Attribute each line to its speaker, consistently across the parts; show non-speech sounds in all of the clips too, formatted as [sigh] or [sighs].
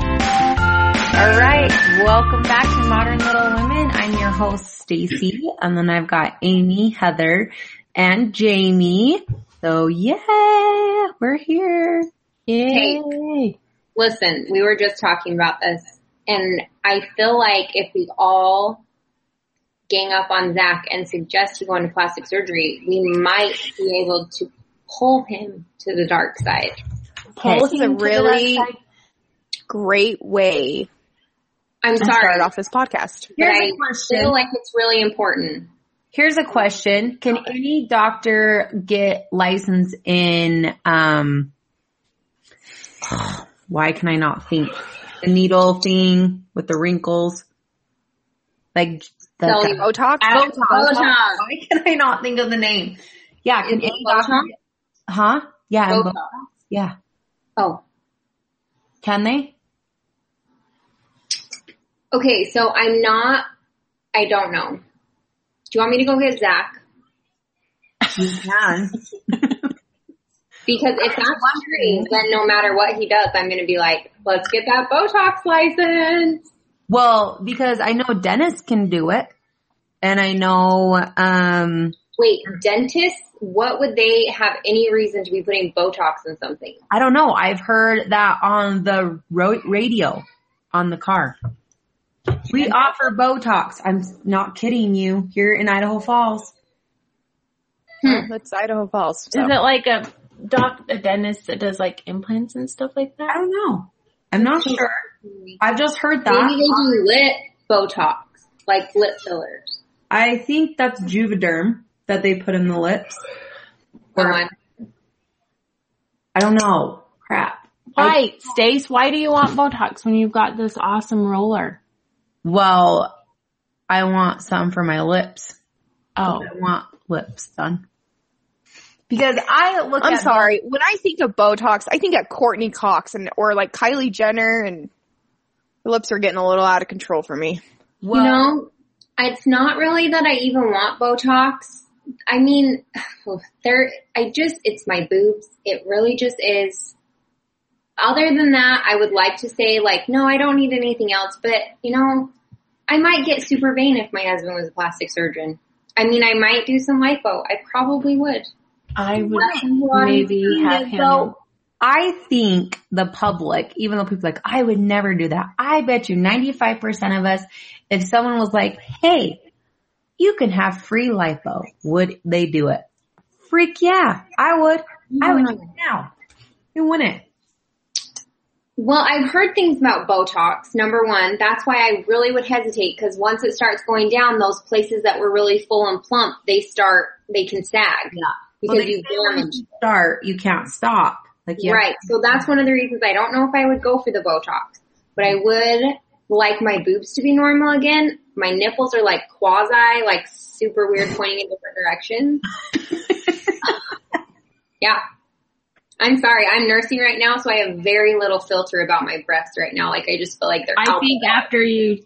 Speaker 1: All right, welcome back to Modern Little Women. I'm your host Stacy, and then I've got Amy, Heather, and Jamie. So yeah, we're here. Yay!
Speaker 2: Listen, we were just talking about this, and I feel like if we all gang up on Zach and suggest he go into plastic surgery, we might be able to pull him to the dark side.
Speaker 3: Paul is a really great way
Speaker 2: I'm
Speaker 3: to
Speaker 2: sorry,
Speaker 3: start off this podcast.
Speaker 2: but
Speaker 1: Here's
Speaker 2: I
Speaker 1: a question.
Speaker 2: feel like it's really important.
Speaker 1: Here's a question: Can any doctor get licensed in? Um, [sighs] why can I not think? The needle thing with the wrinkles, like the,
Speaker 2: So you-
Speaker 3: Botox?
Speaker 2: Botox. Botox.
Speaker 1: Why can I not think of the name? Yeah, can
Speaker 2: Is it
Speaker 1: any doctor?
Speaker 2: Botox?
Speaker 1: get- Huh? Yeah, and
Speaker 2: Botox.
Speaker 1: Bo- yeah.
Speaker 2: Oh,
Speaker 1: Can they?
Speaker 2: okay. So I'm not. I don't know. Do you want me to go get Zach?
Speaker 1: You can.
Speaker 2: Because if that's true, then no matter what he does, I'm going to be like, let's get that Botox license.
Speaker 1: [laughs] well, because I know dentists can do it, and I know um
Speaker 2: Wait, dentists, what would they have any reason to be putting Botox in something?
Speaker 1: I don't know. I've heard that on the ro- radio on the car. We offer Botox. I'm not kidding you. Here in Idaho Falls.
Speaker 3: Oh, That's Idaho Falls. so.
Speaker 4: Is it like a doc, a dentist that does like implants and stuff like
Speaker 1: I
Speaker 4: that?
Speaker 1: don't know. I'm not sure.
Speaker 2: Maybe
Speaker 1: I've just heard
Speaker 2: they
Speaker 1: Mm. that. um,
Speaker 2: do lip Botox, like lip fillers.
Speaker 1: I think that's Juvederm that they put in the lips.
Speaker 2: Go
Speaker 1: Or-
Speaker 2: on.
Speaker 1: I don't know. Crap.
Speaker 4: Why, Stace? Why do you want Botox when you've got this awesome roller?
Speaker 1: Well, I want some for my lips.
Speaker 4: Oh,
Speaker 1: I want lips done. Because I look
Speaker 3: I'm
Speaker 1: at
Speaker 3: sorry. When I think of Botox, I think of Courtney Cox and or like Kylie Jenner, and her lips are getting a little out of control for me.
Speaker 1: Well,
Speaker 2: you know, it's not really that I even want Botox. I mean, [sighs] there, I just, it's my boobs. It really just is. Other than that, I would like to say like, no, I don't need anything else, but you know, I might get super vain if my husband was a plastic surgeon. I mean, I might do some lipo. I probably would.
Speaker 4: I would
Speaker 2: Right.
Speaker 4: maybe have him.
Speaker 1: So I think the public, even though people are like, I would never do that. I bet you 95% of us, if someone was like, hey, you can have free lipo, would they do it? Freak yeah, I would. I would do it now. You wouldn't.
Speaker 2: Well, I've heard things about Botox. Number one, that's why I really would hesitate because once it starts going down, those places that were really full and plump, they start, they can sag. Yeah. Because
Speaker 1: Well, they
Speaker 2: you
Speaker 1: say
Speaker 2: damage.
Speaker 1: once you start, you can't stop. Like you have-
Speaker 2: Right. So that's one of the reasons I don't know if I would go for the Botox, but I would like my boobs to be normal again. My nipples are like quasi, like super weird pointing in different directions. yeah. I'm sorry. I'm nursing right now, so I have very little filter about my breasts right now. Like I just feel like they're
Speaker 4: I
Speaker 2: out
Speaker 4: think
Speaker 2: there.
Speaker 4: after you,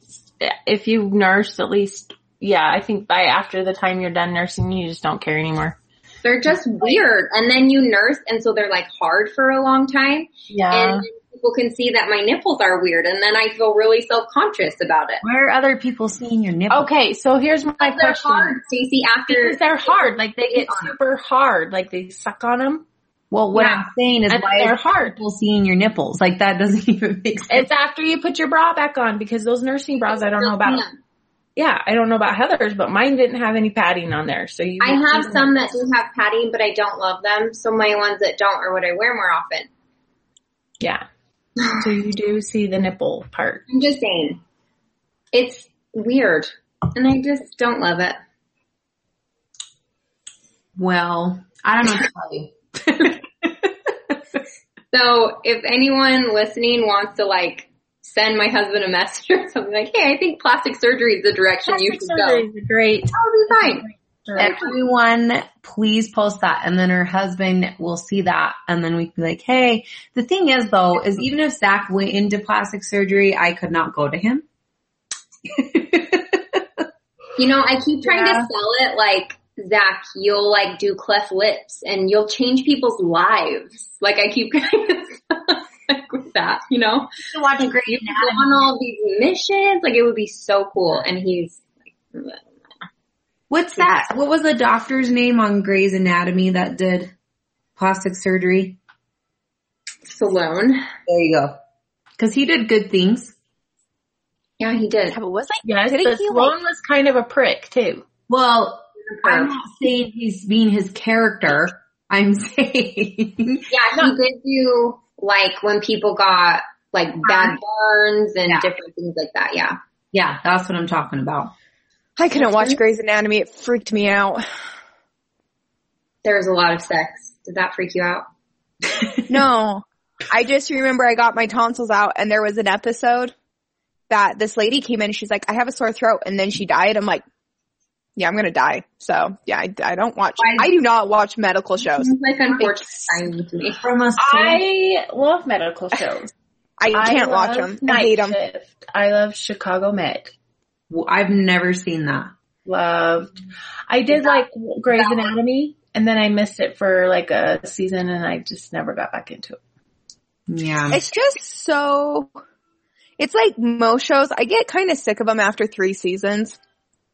Speaker 4: if you nurse at least, yeah, I think by after the time you're done nursing, you just don't care anymore.
Speaker 2: they're just weird. And then you nurse and so they're like hard for a long time
Speaker 4: Yeah.
Speaker 2: and people can see that my nipples are weird and then I feel really self-conscious about it.
Speaker 1: Where are other people seeing your nipple?
Speaker 4: okay, so here's my
Speaker 2: they're
Speaker 4: question.
Speaker 2: hard, Stacey. After
Speaker 4: Because they're hard, like they get
Speaker 2: On 'em.
Speaker 4: super hard, like they suck on them.
Speaker 1: Well, what
Speaker 2: Yeah.
Speaker 1: I'm saying is
Speaker 4: And
Speaker 1: why
Speaker 4: they're
Speaker 1: are
Speaker 4: hard.
Speaker 1: people seeing your nipples? Like that doesn't [laughs] even make sense.
Speaker 4: It's after you put your bra back on because those nursing bras I don't know about. Yeah, I don't know about Heather's, but mine didn't have any padding on there. So you
Speaker 2: I have some that do have padding, but I don't love them. So my ones that don't are what I wear more often.
Speaker 4: Yeah. So you do see the nipple part.
Speaker 2: I'm just saying, it's weird, and I just don't love it.
Speaker 1: Well, I don't know what to tell you.
Speaker 2: So if anyone listening wants to like send my husband a [laughs] message or something like, hey, I think plastic surgery is the direction you
Speaker 4: Plastic
Speaker 2: should
Speaker 4: surgery is a great.
Speaker 2: go. That'll be fine.
Speaker 1: [laughs] Everyone, please post that and then her husband will see that and then we can be like, hey, the thing is though, is even if Zach went into plastic surgery, I could not go to him.
Speaker 2: You know, I keep trying
Speaker 1: Yeah.
Speaker 2: to sell it like Zach, you'll like do cleft lips and you'll change people's lives. Like I keep [laughs] kind of with that, you know?
Speaker 1: You watch
Speaker 2: Like,
Speaker 1: Grey's
Speaker 2: you could go
Speaker 1: Anatomy.
Speaker 2: on all these missions. Like it would be so cool. And he's like,
Speaker 1: What's that? What was the doctor's name on Grey's Anatomy that did plastic surgery?
Speaker 2: Stallone.
Speaker 1: There you go. Cause he did good things.
Speaker 2: Yeah, he did.
Speaker 3: Yeah, but was I?
Speaker 4: Yes,
Speaker 3: Didn't
Speaker 4: but
Speaker 3: he,
Speaker 4: Sloan was kind of a prick too.
Speaker 1: Well, I'm not saying he's being his character. I'm [laughs] saying
Speaker 2: Yeah, he did do like when people got like bad burns and
Speaker 1: Um, Yeah.
Speaker 2: different things like that. Yeah.
Speaker 1: Yeah, that's what I'm talking about.
Speaker 3: I couldn't watch Grey's Anatomy. It freaked me out.
Speaker 2: There was a lot of sex. Did that freak you out?
Speaker 3: No. I just remember I got my tonsils out and there was an episode that this lady came in and she's like, I have a sore throat. And then she died. I'm like, yeah, I'm going to die. So yeah, I, I don't watch,
Speaker 2: Why-
Speaker 3: I do not watch medical shows.
Speaker 2: Seems like unfortunate timing to me.
Speaker 1: From a
Speaker 4: I love medical shows.
Speaker 3: I can't watch
Speaker 4: love
Speaker 3: them. I hate them.
Speaker 4: Shift. I love Chicago Med.
Speaker 1: have never seen that.
Speaker 4: Loved. I did like Grey's Anatomy, and then I missed it for like a season, and I just never got back into it.
Speaker 1: Yeah.
Speaker 3: It's just so, it's like most shows. I get kind of sick of them after three seasons.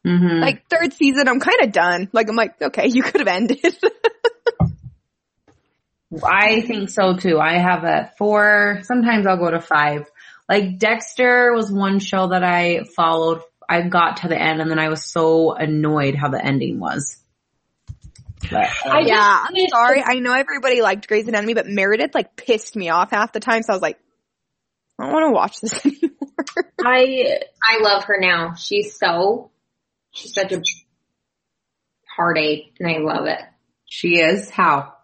Speaker 1: hmm
Speaker 3: Like third season, I'm kind of done. Like I'm like, okay, [laughs] you could have ended.
Speaker 1: I think so too. I have a four, sometimes I'll go to five. Like Dexter was one show that I followed. I got to the end and then I was so annoyed how the ending was. But, uh,
Speaker 4: I just,
Speaker 3: yeah, I'm sorry. I know everybody liked Grey's Anatomy, but Meredith like pissed me off half the time. So I was like, I don't want to watch this [laughs] anymore.
Speaker 4: I
Speaker 2: I love her now. She's so, she's such a heartache and I love it.
Speaker 1: she is how?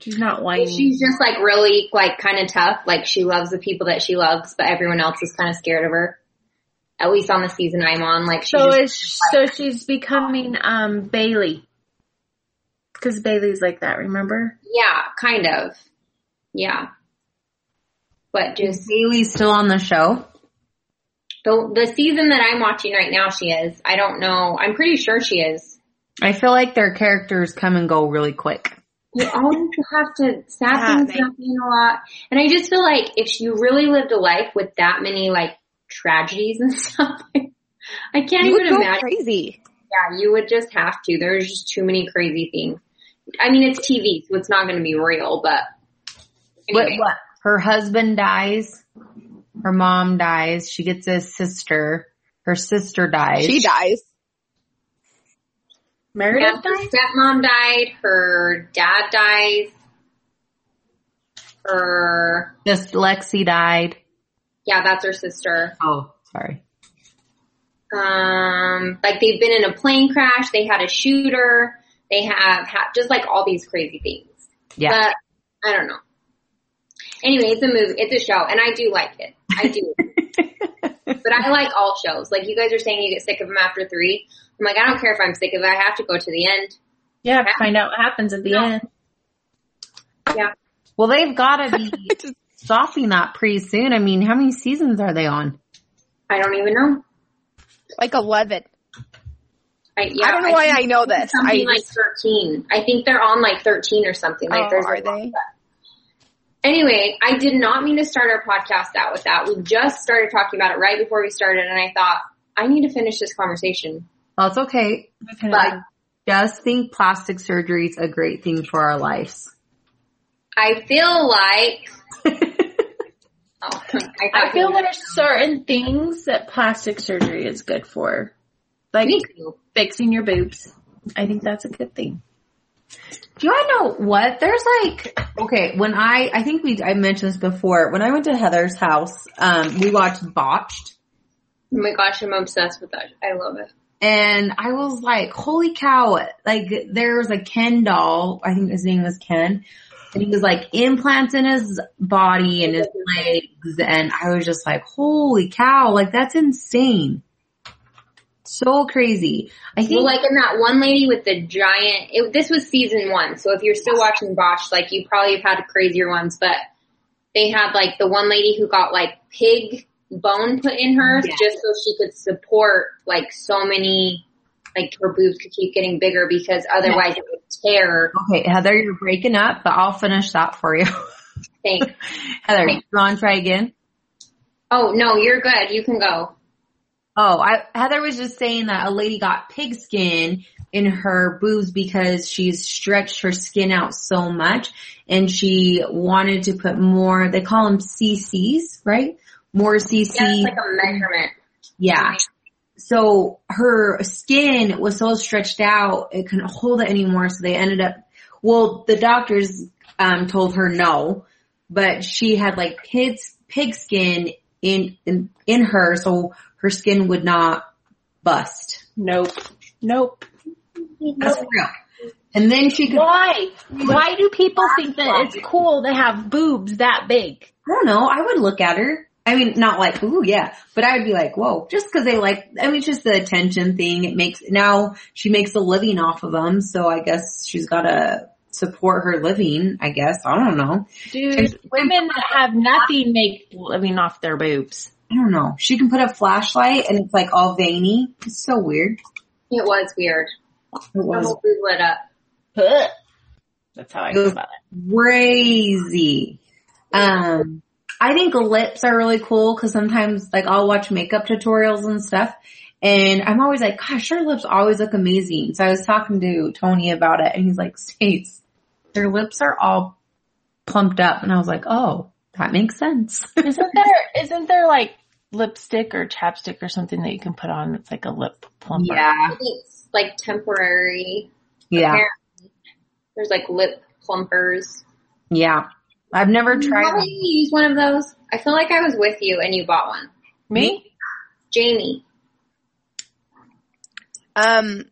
Speaker 4: she's not whiny.
Speaker 2: She's just like really like kind of tough. Like she loves the people that she loves, but everyone else is kind of scared of her. At least on the season I'm on, like she
Speaker 4: so
Speaker 2: just,
Speaker 4: is so she's becoming um Bailey because Bailey's like that. Remember?
Speaker 2: yeah, kind of. Yeah. But just
Speaker 1: Is Bailey still on the show?
Speaker 2: The the season that I'm watching right now, she is. I don't know. I'm pretty sure she is.
Speaker 1: I feel like their characters come and go really quick.
Speaker 2: You always have to sad
Speaker 3: Yeah,
Speaker 2: things
Speaker 3: they-
Speaker 2: happen a lot, and I just feel like if you really lived a life with that many like tragedies and [laughs] stuff, I can't
Speaker 3: you would
Speaker 2: even
Speaker 3: go
Speaker 2: imagine.
Speaker 3: crazy.
Speaker 2: Yeah, you would just have to. There's just too many crazy things. I mean, it's TV, so it's not going to be real, but anyway,
Speaker 1: What, what? Her husband dies. Her mom dies. She gets a sister. Her sister dies.
Speaker 3: She dies.
Speaker 4: Meredith
Speaker 2: yeah, her stepmom died. Her dad dies. Her
Speaker 1: Just Lexi died.
Speaker 2: Yeah, that's her sister.
Speaker 1: Oh, sorry.
Speaker 2: Um, like they've been in a plane crash. They had a shooter. They have had just like all these crazy things.
Speaker 1: Yeah.
Speaker 2: But I don't know. Anyway, it's a movie. It's a show, and I do like it. I do. but I like all shows. Like you guys are saying, you get sick of them after three. I'm like, I don't care if I'm sick of it. I have to go to the end.
Speaker 4: Yeah, to find out what happens at the end.
Speaker 2: Yeah.
Speaker 1: well, they've got [laughs] to be stopping that pretty soon. I mean, how many seasons are they on?
Speaker 2: I don't even know.
Speaker 3: Like eleven.
Speaker 2: I, yeah,
Speaker 3: I don't know why
Speaker 2: think
Speaker 3: I know this. I
Speaker 2: Something like 13. I think they're on like 13 or something. Like
Speaker 3: Oh,
Speaker 2: there's a
Speaker 3: are
Speaker 2: lot,
Speaker 3: they?
Speaker 2: but- Anyway, I did not mean to start our podcast out with that. We just started talking about it right before we started and I thought, I need to finish this conversation.
Speaker 1: Well, it's okay.
Speaker 2: But
Speaker 1: Just think plastic surgery is a great thing for our lives.
Speaker 2: I feel
Speaker 3: [laughs]
Speaker 2: like, oh, I,
Speaker 4: I feel
Speaker 2: like
Speaker 4: there's certain things that plastic surgery is good for, like
Speaker 2: Oh
Speaker 4: fixing your boobs. I think that's a good thing.
Speaker 1: Do I know what? There's like, okay, when I, I think we, I mentioned this before. When I went to Heather's house, um, we watched Botched.
Speaker 2: Oh my gosh, I'm obsessed with that. I love it.
Speaker 1: And I was like, holy cow, like there was a Ken doll, I think his name was Ken, and he was like implants in his body and his legs and I was just like, holy cow, like that's insane. So crazy. I think
Speaker 2: Well, like in that one lady with the giant, it, this was season one. So if you're still watching Bosch, like you probably have had crazier ones, but they had like the one lady who got like pig bone put in her
Speaker 1: Yes.
Speaker 2: just so she could support like so many like her boobs could keep getting bigger because otherwise it would tear.
Speaker 1: Okay, Heather, you're breaking up, but I'll finish that for you. [laughs]
Speaker 2: Thanks.
Speaker 1: Heather, you want to try again?
Speaker 2: Oh no, you're good. You can go.
Speaker 1: Oh, I, Heather was just saying that a lady got pigskin in her boobs because she's stretched her skin out so much and she wanted to put more, they call them CCs, right? More CC.
Speaker 2: Yeah, it's like a measurement.
Speaker 1: Yeah. So her skin was so stretched out, it couldn't hold it anymore. So they ended up, well, the doctors, um, told her no, but she had like pigs, pig skin in, in, in her. So her skin would not bust.
Speaker 4: Nope. Nope.
Speaker 1: That's real. And then she could, I
Speaker 5: Why? Why do people think that it's cool to have boobs that big?
Speaker 1: don't know, I would look at her. I mean, not like, ooh, yeah, but I would be like, whoa, just cause they like, I mean, it's just the attention thing. It makes, now she makes a living off of them. So I guess she's gotta support her living, I guess. I don't know.
Speaker 5: Dude, women that have nothing make
Speaker 4: Living off their boobs.
Speaker 1: I don't know. She can put a flashlight and it's like all veiny. It's so weird.
Speaker 2: It was weird.
Speaker 1: It
Speaker 2: Her
Speaker 1: was
Speaker 2: whole boob lit up.
Speaker 5: Ugh.
Speaker 4: That's how I feel about
Speaker 1: crazy. Um, I think lips are really cool because sometimes like I'll watch makeup tutorials and stuff and I'm always like, gosh, her lips always look amazing. So I was talking to Tony about it and he's like, States, their lips are all plumped up. And I was like, oh, that makes
Speaker 3: [laughs]
Speaker 1: sense.
Speaker 4: it. Isn't there isn't there like lipstick or chapstick or something that you can put on that's like a lip plumper?
Speaker 2: I think it's like temporary.
Speaker 1: Yeah.
Speaker 2: There's like lip plumpers.
Speaker 1: Yeah. I've never tried.
Speaker 2: Probably you use one of those. I feel like I was with you and you bought one.
Speaker 4: Me?
Speaker 2: Jamie.
Speaker 3: Um,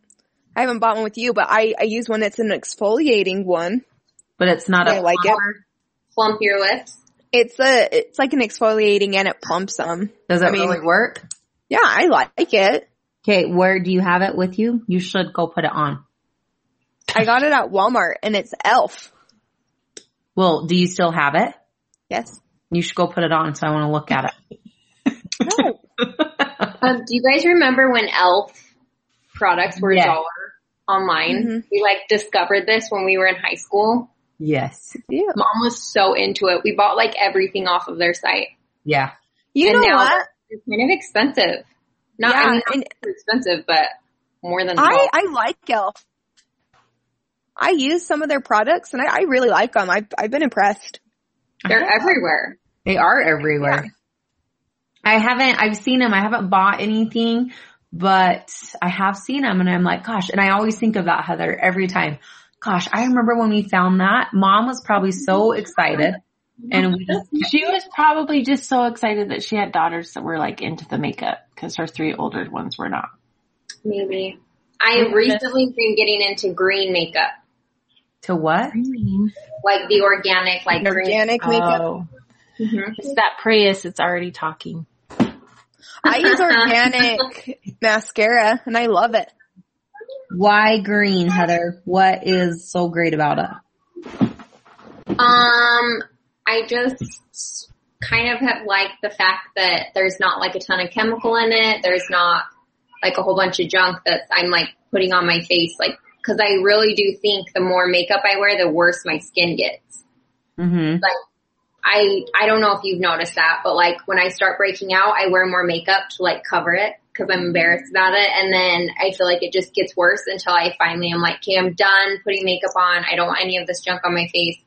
Speaker 3: I haven't bought one with you, but I, I use one that's an exfoliating one.
Speaker 1: but it's not
Speaker 3: I
Speaker 1: a
Speaker 3: like it.
Speaker 2: Plump your lips.
Speaker 3: It's a, it's like an exfoliating and it plumps them.
Speaker 1: Does it
Speaker 3: I mean-
Speaker 1: really work?
Speaker 3: Yeah, I like it.
Speaker 1: Okay, where do you have it with you? You should go put it on.
Speaker 3: I got it at Walmart and it's e elf.
Speaker 1: Well, do you still have it?
Speaker 3: Yes.
Speaker 2: [laughs]
Speaker 1: You should go put it on so I want to look at it.
Speaker 2: Um, do you guys remember when Elf products were
Speaker 1: Yeah.
Speaker 2: a dollar online?
Speaker 3: Mhm.
Speaker 2: We like discovered this when we were in high school.
Speaker 1: Yes.
Speaker 3: Yeah.
Speaker 2: Mom was so into it. We bought like everything off of their site.
Speaker 1: Yeah.
Speaker 3: You
Speaker 2: And
Speaker 3: know
Speaker 2: now
Speaker 3: what?
Speaker 2: They're kind of expensive. Not, I
Speaker 3: Yeah,
Speaker 2: mean, not
Speaker 3: and-
Speaker 2: super expensive, but more than
Speaker 3: I,
Speaker 2: I,
Speaker 3: I like Elf. I use some of their products and I, I really like them. I've, I've been impressed.
Speaker 2: they're everywhere.
Speaker 1: They are everywhere. I haven't, I've seen them. I haven't bought anything, but I have seen them and I'm like, gosh, and I always think of that Heather every time. Gosh, I remember when we found that mom was probably so excited and we just,
Speaker 4: She was probably just so excited that she had daughters that were like into the makeup because her three older ones were not.
Speaker 2: Maybe. I have recently been getting into green makeup,
Speaker 1: to what?
Speaker 2: like the organic, like green.
Speaker 3: Organic makeup.
Speaker 4: Oh,
Speaker 2: Mhm.
Speaker 4: it's that Prius. It's already talking.
Speaker 3: I use organic mascara and I love it.
Speaker 1: Why green, Heather? What is so great about it?
Speaker 2: Um, I just kind of have liked the fact that there's not like a ton of chemical in it. There's not like a whole bunch of junk that I'm like putting on my face, like, cause I really do think the more makeup I wear, the worse my skin gets.
Speaker 1: Mm-hmm.
Speaker 2: like I I don't know if you've noticed that, but like when I start breaking out, I wear more makeup to like cover it because I'm embarrassed about it, and then I feel like it just gets worse until I finally am like, okay, I'm done putting makeup on. I don't want any of this junk on my face,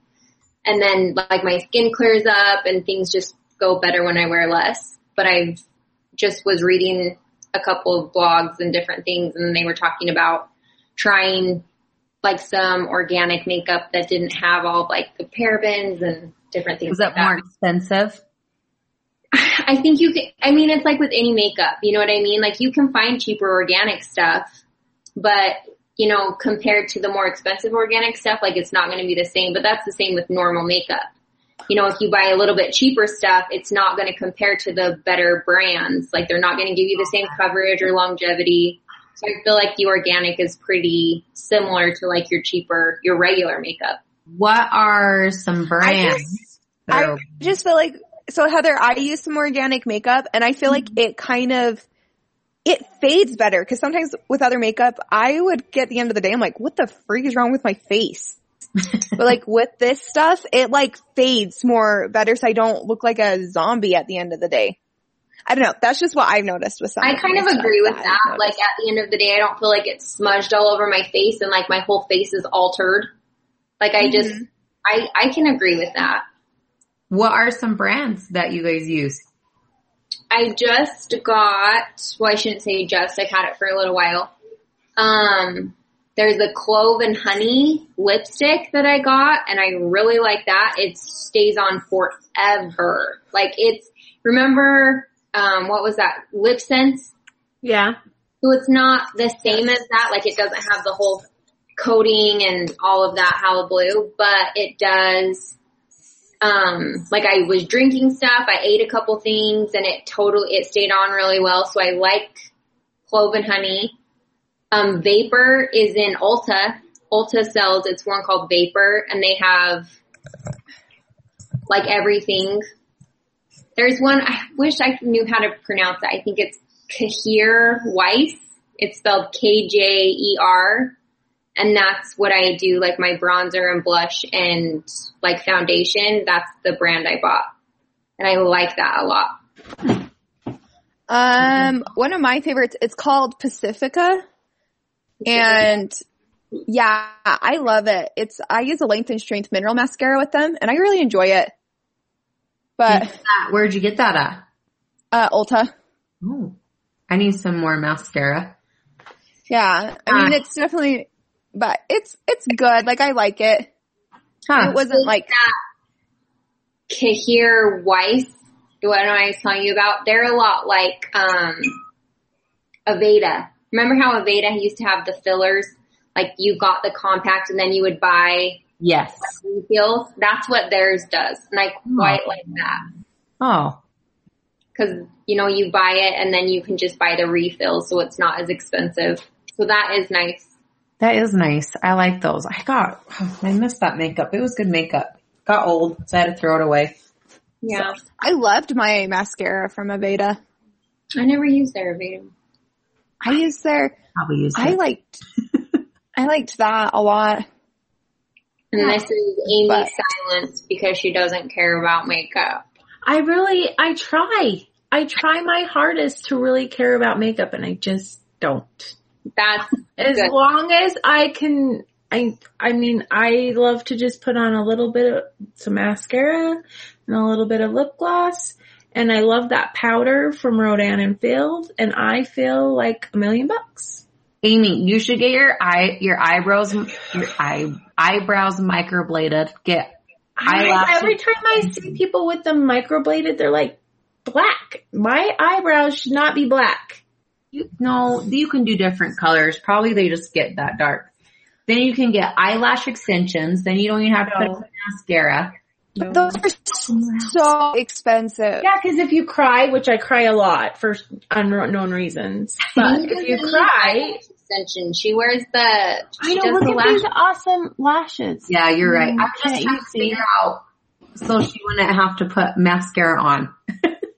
Speaker 2: and then like my skin clears up and things just go better when I wear less. But I just was reading a couple of blogs and different things, and they were talking about trying like some organic makeup that didn't have all of, like the parabens and different things.
Speaker 1: Is that
Speaker 2: like
Speaker 1: more expensive?
Speaker 2: [laughs] I think you can, I mean, it's like with any makeup, you know what I mean? Like you can find cheaper organic stuff, but you know, compared to the more expensive organic stuff, like it's not going to be the same, but that's the same with normal makeup. You know, if you buy a little bit cheaper stuff, it's not going to compare to the better brands. Like they're not going to give you the same coverage or longevity. So I feel like the organic is pretty similar to like your cheaper, your regular makeup.
Speaker 1: What are some brands? that
Speaker 3: I
Speaker 1: are-
Speaker 2: Mm-hmm.
Speaker 3: just feel like so Heather, I use some organic makeup and I feel like it kind of it fades better because sometimes with other makeup, I would get the end of the day, I'm like, what the freak is wrong with my
Speaker 2: [laughs]
Speaker 3: face? but like with this stuff, it like fades more better so I don't look like a zombie at the end of the day. I don't know. That's just what I've noticed with some.
Speaker 2: I kind of
Speaker 3: my stuff
Speaker 2: agree with
Speaker 3: I've
Speaker 2: that. Like
Speaker 3: noticed.
Speaker 2: at the end of the day, I don't feel like it's smudged all over my face and like my whole face is altered. Like I just, I, I can agree with that.
Speaker 1: What are some brands that you guys use?
Speaker 2: I just got, well, I shouldn't say just, I've had it for a little while. Um, there's a clove and honey lipstick that I got and I really like that. It stays on forever. Like it's, remember, um, what was that? Lip sense?
Speaker 4: Yeah.
Speaker 2: So it's not the same as that. Like it doesn't have the whole coating and all of that halo blue, but it does. Um, like I was drinking stuff, I ate a couple things, and it totally it stayed on really well. So I like clove and honey. Um, Vapor is in Ulta. Ulta sells it's one called Vapor, and they have like everything. There's one I wish I knew how to pronounce it. I think it's Kahir Weiss. It's spelled K J E R, and that's what I do like my bronzer and blush and like foundation. That's the brand I bought, and I like that a lot.
Speaker 3: Um, one of my favorites, it's called Pacifica. And yeah, I love it. It's, I use a length and strength mineral mascara with them and I really enjoy it. But,
Speaker 1: Ah, Where'd you get that at?
Speaker 3: uh, Ulta.
Speaker 1: Ooh, I need some more mascara.
Speaker 3: Yeah. I mean, it's definitely, but it's, it's good. Like I like it.
Speaker 1: Huh.
Speaker 3: It wasn't like,
Speaker 2: Kahir Weiss, the one I was telling you about, they're a lot like um Aveda. Remember how Aveda used to have the fillers? Like you got the compact and then you would buy
Speaker 1: yes.
Speaker 2: refills. That's what theirs does. And I quite like that.
Speaker 1: Oh,
Speaker 2: Cause you know, you buy it and then you can just buy the refills so it's not as expensive. So that is nice.
Speaker 1: that is nice. I like those. I got, [sighs] I missed that makeup. It was good makeup. Got old, so I had to throw it away.
Speaker 2: Yeah.
Speaker 3: I loved my mascara from Aveda.
Speaker 2: I never use their Aveda.
Speaker 3: I used their,
Speaker 1: Probably used
Speaker 3: I
Speaker 1: it.
Speaker 3: liked, I liked that a lot.
Speaker 2: And this is Amy
Speaker 3: But-
Speaker 2: Silence because she doesn't care about makeup.
Speaker 4: I really, I try. I try my hardest to really care about makeup and I just don't.
Speaker 2: That's
Speaker 4: As
Speaker 2: Good.
Speaker 4: long as I can, I, I mean, I love to just put on a little bit of some mascara and a little bit of lip gloss and I love that powder from Rodan and Field and I feel like a million bucks.
Speaker 1: Amy, you should get your eye, your eyebrows, your eye, eyebrows microbladed. Get,
Speaker 4: I,
Speaker 1: Eyelashes.
Speaker 4: every time I see people with them microbladed, they're like black. My eyebrows should not be black.
Speaker 1: you, no, you can do different colors. Probably they just get that dark. Then you can get eyelash extensions. Then you don't even have to put
Speaker 4: No.
Speaker 1: on mascara.
Speaker 3: But those are so expensive.
Speaker 4: Yeah, because if you cry, which I cry a lot for unknown reasons, but if you cry,
Speaker 2: extension. She wears the. She
Speaker 5: I know.
Speaker 2: does
Speaker 5: Look
Speaker 2: the
Speaker 5: at these
Speaker 2: lash-
Speaker 5: awesome lashes.
Speaker 1: Yeah, you're right. I'm
Speaker 5: can't
Speaker 1: just trying
Speaker 5: you
Speaker 1: to
Speaker 5: see?
Speaker 1: figure out so she wouldn't have to put mascara on.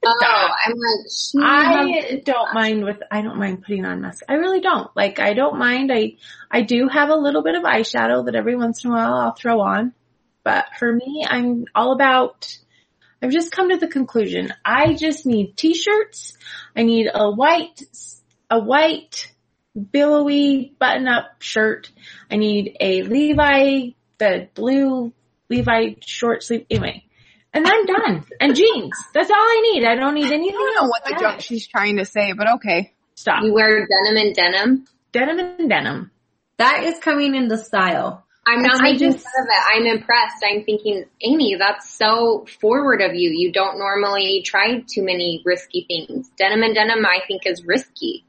Speaker 2: Oh, I'm like. She has-
Speaker 4: I don't mind with I don't mind putting on mascara. I really don't. Like I don't mind. I I do have a little bit of eyeshadow that every once in a while I'll throw on, but for me, I'm all about. I've just come to the conclusion. I just need t-shirts. I need a white a white billowy button-up shirt. I need a Levi the blue Levi short sleeve anyway. And I'm done. And jeans. That's all I need. I don't need anything.
Speaker 3: I don't know what the joke she's trying to say, but okay.
Speaker 4: Stop.
Speaker 2: you wear denim and denim.
Speaker 4: denim and denim.
Speaker 1: That is coming into style.
Speaker 2: I'm not
Speaker 4: I
Speaker 2: making
Speaker 4: just-
Speaker 2: fun of it. I'm impressed. I'm thinking, Amy, that's so forward of you. You don't normally try too many risky things. Denim and denim, I think, is risky.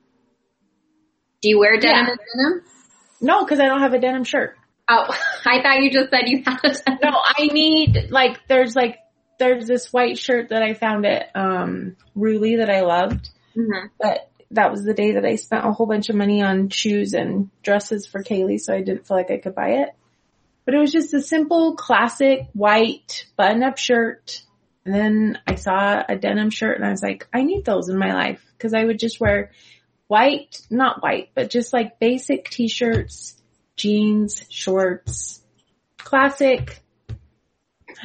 Speaker 2: Do you wear denim
Speaker 4: Yeah.
Speaker 2: and denim?
Speaker 4: No, because I don't have a denim shirt.
Speaker 2: Oh, [laughs] I thought you just said you had a denim.
Speaker 4: No, I need like there's like there's this white shirt that I found at um Ruli that I loved,
Speaker 2: Mhm.
Speaker 4: but that was the day that I spent a whole bunch of money on shoes and dresses for Kaylee, so I didn't feel like I could buy it. But it was just a simple classic white button up shirt. And then I saw a denim shirt and I was like, I need those in my life because I would just wear white, not white, but just like basic t-shirts, jeans, shorts, classic.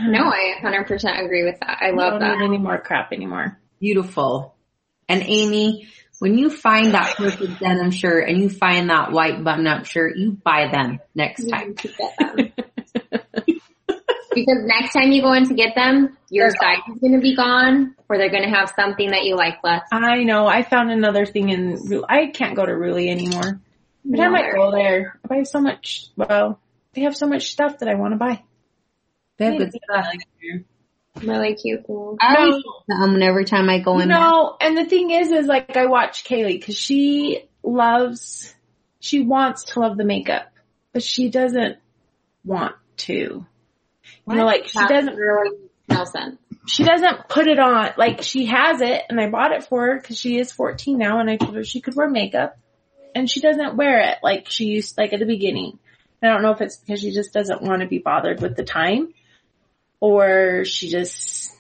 Speaker 2: No, I 100% agree with that. I love
Speaker 4: don't need
Speaker 2: that.
Speaker 4: any more crap anymore.
Speaker 1: Beautiful. And Amy, when you find that perfect denim shirt and you find that white button up shirt, you buy them next
Speaker 2: You
Speaker 1: time.
Speaker 2: need to get them. because next time you go in to get them, your size is going to be gone or they're going to have something that you like less.
Speaker 4: I know. I found another thing in. Ru- I can't go to Ruli anymore, but I
Speaker 2: No,
Speaker 4: might
Speaker 2: they're-
Speaker 4: go there. I have so much. Well, they have so much stuff that I want to buy.
Speaker 1: They have good
Speaker 4: Maybe.
Speaker 1: stuff.
Speaker 2: Really cute. Cool.
Speaker 1: I always get them every time I go in. there.
Speaker 4: No, and the thing is, is like I watch Kaylee because she loves, she wants to love the makeup, but she doesn't want to. You know, like she
Speaker 2: That
Speaker 4: doesn't,
Speaker 2: really makes no sense.
Speaker 4: she doesn't put it on. Like she has it, and I bought it for her because she is 14 now, and I told her she could wear makeup, and she doesn't wear it like she used, like at the beginning. I don't know if it's because she just doesn't want to be bothered with the time, or she just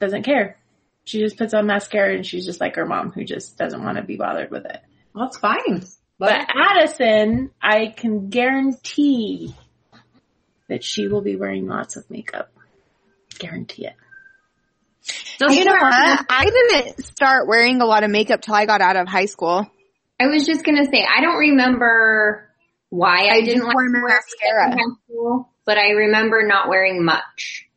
Speaker 4: doesn't care. She just puts on mascara and she's just like her mom who just doesn't want to be bothered with it.
Speaker 1: That's fine.
Speaker 4: But Addison, I can guarantee that she will be wearing lots of makeup. Guarantee it.
Speaker 1: Just
Speaker 3: You know what? I didn't start wearing a lot of makeup till I got out of high school.
Speaker 2: I was just going to say, I don't remember why I, didn't
Speaker 3: just
Speaker 2: like
Speaker 3: wore
Speaker 2: to wear
Speaker 3: mascara.
Speaker 2: makeup in high school, but I remember not wearing much.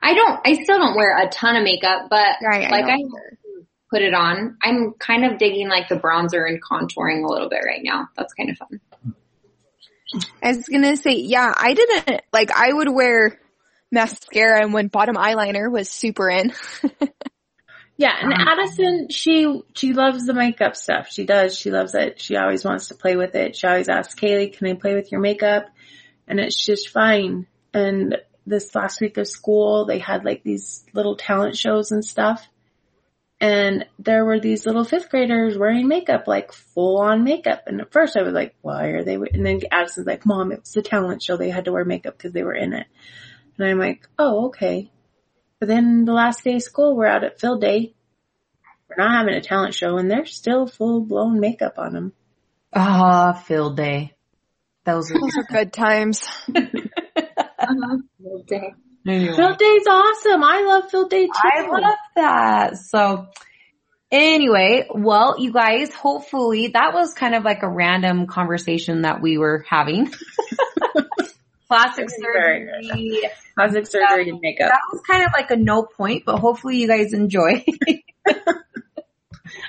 Speaker 2: I don't, I still don't wear a ton of makeup, but
Speaker 3: Right, I
Speaker 2: like
Speaker 3: don't
Speaker 2: I put it on. I'm kind of digging like the bronzer and contouring a little bit right now. That's kind of fun.
Speaker 3: I was gonna say, yeah, I didn't, like, I would wear mascara and when bottom eyeliner was super in. [laughs]
Speaker 4: Yeah, and Addison, she she loves the makeup stuff. She does. She loves it. She always wants to play with it. She always asks Kaylee, "Can I play with your makeup?" And it's just fine. And this last week of school, they had like these little talent shows and stuff. And there were these little fifth graders wearing makeup, like full on makeup. And at first I was like, why are they, we-" and then Addison's like, mom, it was the talent show. They had to wear makeup because they were in it. And I'm like, oh, okay. But then the last day of school, we're out at field day. We're not having a talent show and they're still full blown makeup on them.
Speaker 1: Ah, field day. Those are
Speaker 3: Those are good times.
Speaker 4: [laughs] Field day's awesome. I love field day too.
Speaker 1: Mm. I love that. So anyway, well, you guys, hopefully that was kind of like a random conversation that we were having. [laughs] Plastic
Speaker 4: Very
Speaker 1: surgery.
Speaker 4: Plastic surgery and makeup.
Speaker 1: That was kind of like a no point, but hopefully you guys enjoy.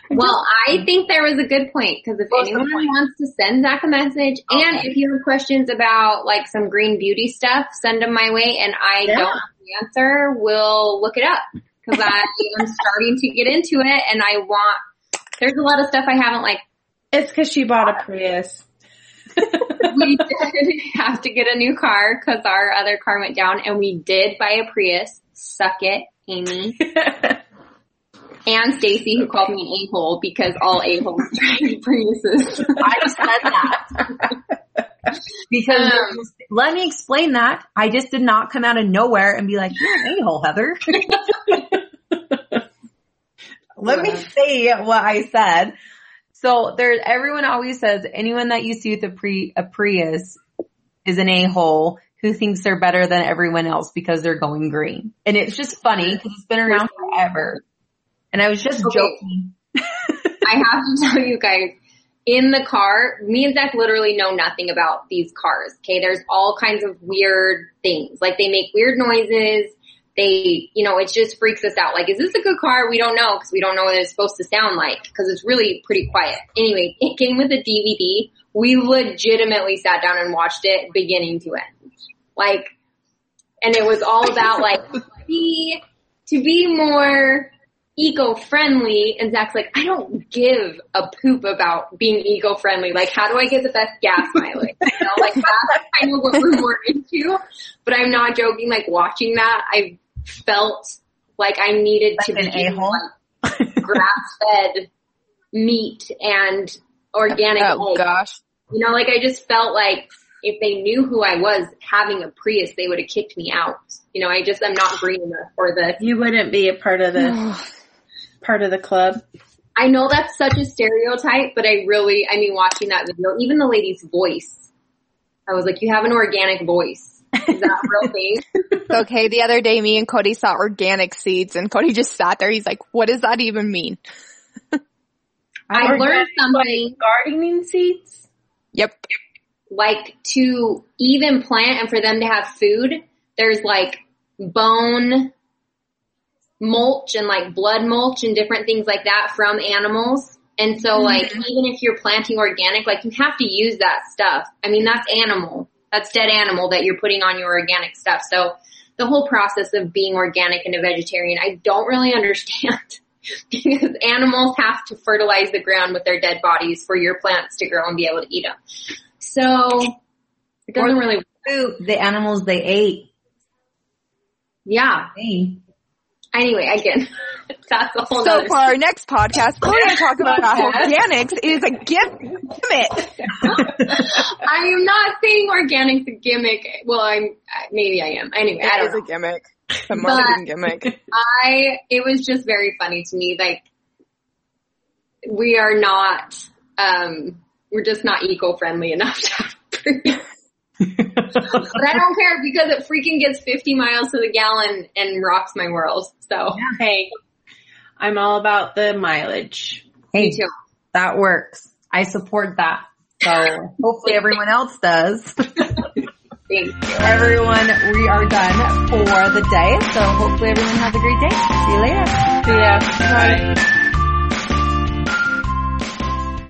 Speaker 2: Well, I think there was a good point because if
Speaker 1: What was the
Speaker 2: anyone
Speaker 1: point?
Speaker 2: wants to send Zach a message, and if you have questions about like some green beauty stuff, send them my way, and I
Speaker 4: Yeah.
Speaker 2: don't have the answer. We'll look it up because I am starting to get into it, and I want. There's a lot of stuff I haven't like.
Speaker 4: It's cause she bought a Prius.
Speaker 2: We [laughs] did have to get a new car because our other car went down, and we did buy a Prius. Suck it, Amy. And Stacy, who called me an a-hole because all a-holes [laughs] drive Priuses.
Speaker 1: I just said that. [laughs] Because they're
Speaker 2: Um,
Speaker 1: just- let me explain that. I just did not come out of nowhere and be like, you're an a-hole, [laughs] Heather. let me say what I said. So there's everyone always says anyone that you see with a pre a Prius is an a-hole who thinks they're better than everyone else because they're going green. And it's just funny because it's been around forever. And I was just
Speaker 2: Okay.
Speaker 1: joking.
Speaker 2: I have to [laughs] tell you guys, in the car, me and Zach literally know nothing about these cars. Okay, there's all kinds of weird things. Like they make weird noises. They, you know, it just freaks us out. Like, is this a good car? We don't know because we don't know what it's supposed to sound like because it's really pretty quiet. Anyway, it came with a DVD. We legitimately sat down and watched it beginning to end. Like, and it was all about like
Speaker 1: [laughs]
Speaker 2: be to be more eco-friendly and Zach's like, I don't give a poop about being eco-friendly. Like, how do I get the best gas mileage? You know, like that's kind of what we're more into. But I'm not joking, like watching that, I felt like I needed to
Speaker 1: Like
Speaker 2: be
Speaker 1: an a-hole?
Speaker 2: like, grass-fed meat and organic
Speaker 3: Oh
Speaker 2: oats.
Speaker 3: gosh.
Speaker 2: You know, like I just felt like if they knew who I was having a Prius, they would have kicked me out. You know, I just am not green enough for this.
Speaker 1: [sighs]
Speaker 4: You wouldn't be a part of the, part of the club.
Speaker 2: I know that's such a stereotype, but I really, I mean, watching that video, even the lady's voice, I was like, you have an organic voice. Is that a real thing?
Speaker 3: okay, the other day me and Cody saw organic seeds and Cody just sat there. He's like, what does that even mean?
Speaker 2: I learned something
Speaker 4: Gardening seeds.
Speaker 3: Yep.
Speaker 2: like to even plant and for them to have food, there's like bone mulch and like blood mulch and different things like that from animals. And so like even if you're planting organic, like you have to use that stuff. I mean, that's animal. That's dead animal that you're putting on your organic stuff. So the whole process of being organic and a vegetarian, I don't really understand [laughs] because animals have to fertilize the ground with their dead bodies for your plants to grow and be able to eat them. So it doesn't really.
Speaker 1: Poop, the animals they ate.
Speaker 2: Yeah.
Speaker 1: Hey.
Speaker 2: Anyway, again, [laughs] that's a whole.
Speaker 3: So
Speaker 2: nother-
Speaker 3: for our next podcast, we're going to talk about how organics is a gift. Damn it.
Speaker 2: I am not saying organic's a gimmick. Well, I'm I- maybe I am. Anyway, I
Speaker 3: That
Speaker 2: don't
Speaker 3: is
Speaker 2: know.
Speaker 3: a gimmick. It's a
Speaker 2: marketing
Speaker 3: marketing gimmick.
Speaker 2: I it was just very funny to me. Like we are not. um We're just not eco friendly enough. to have [laughs] fruit. but I don't care because it freaking gets 50 miles to the gallon and rocks my world. So
Speaker 4: Hey, I'm all about the mileage.
Speaker 1: Hey,
Speaker 2: me too.
Speaker 1: that works. I support that. So hopefully everyone else does.
Speaker 2: Thanks.
Speaker 1: Everyone, we are done for the day. So hopefully everyone has a great day. See you later.
Speaker 4: Yeah.
Speaker 1: Bye.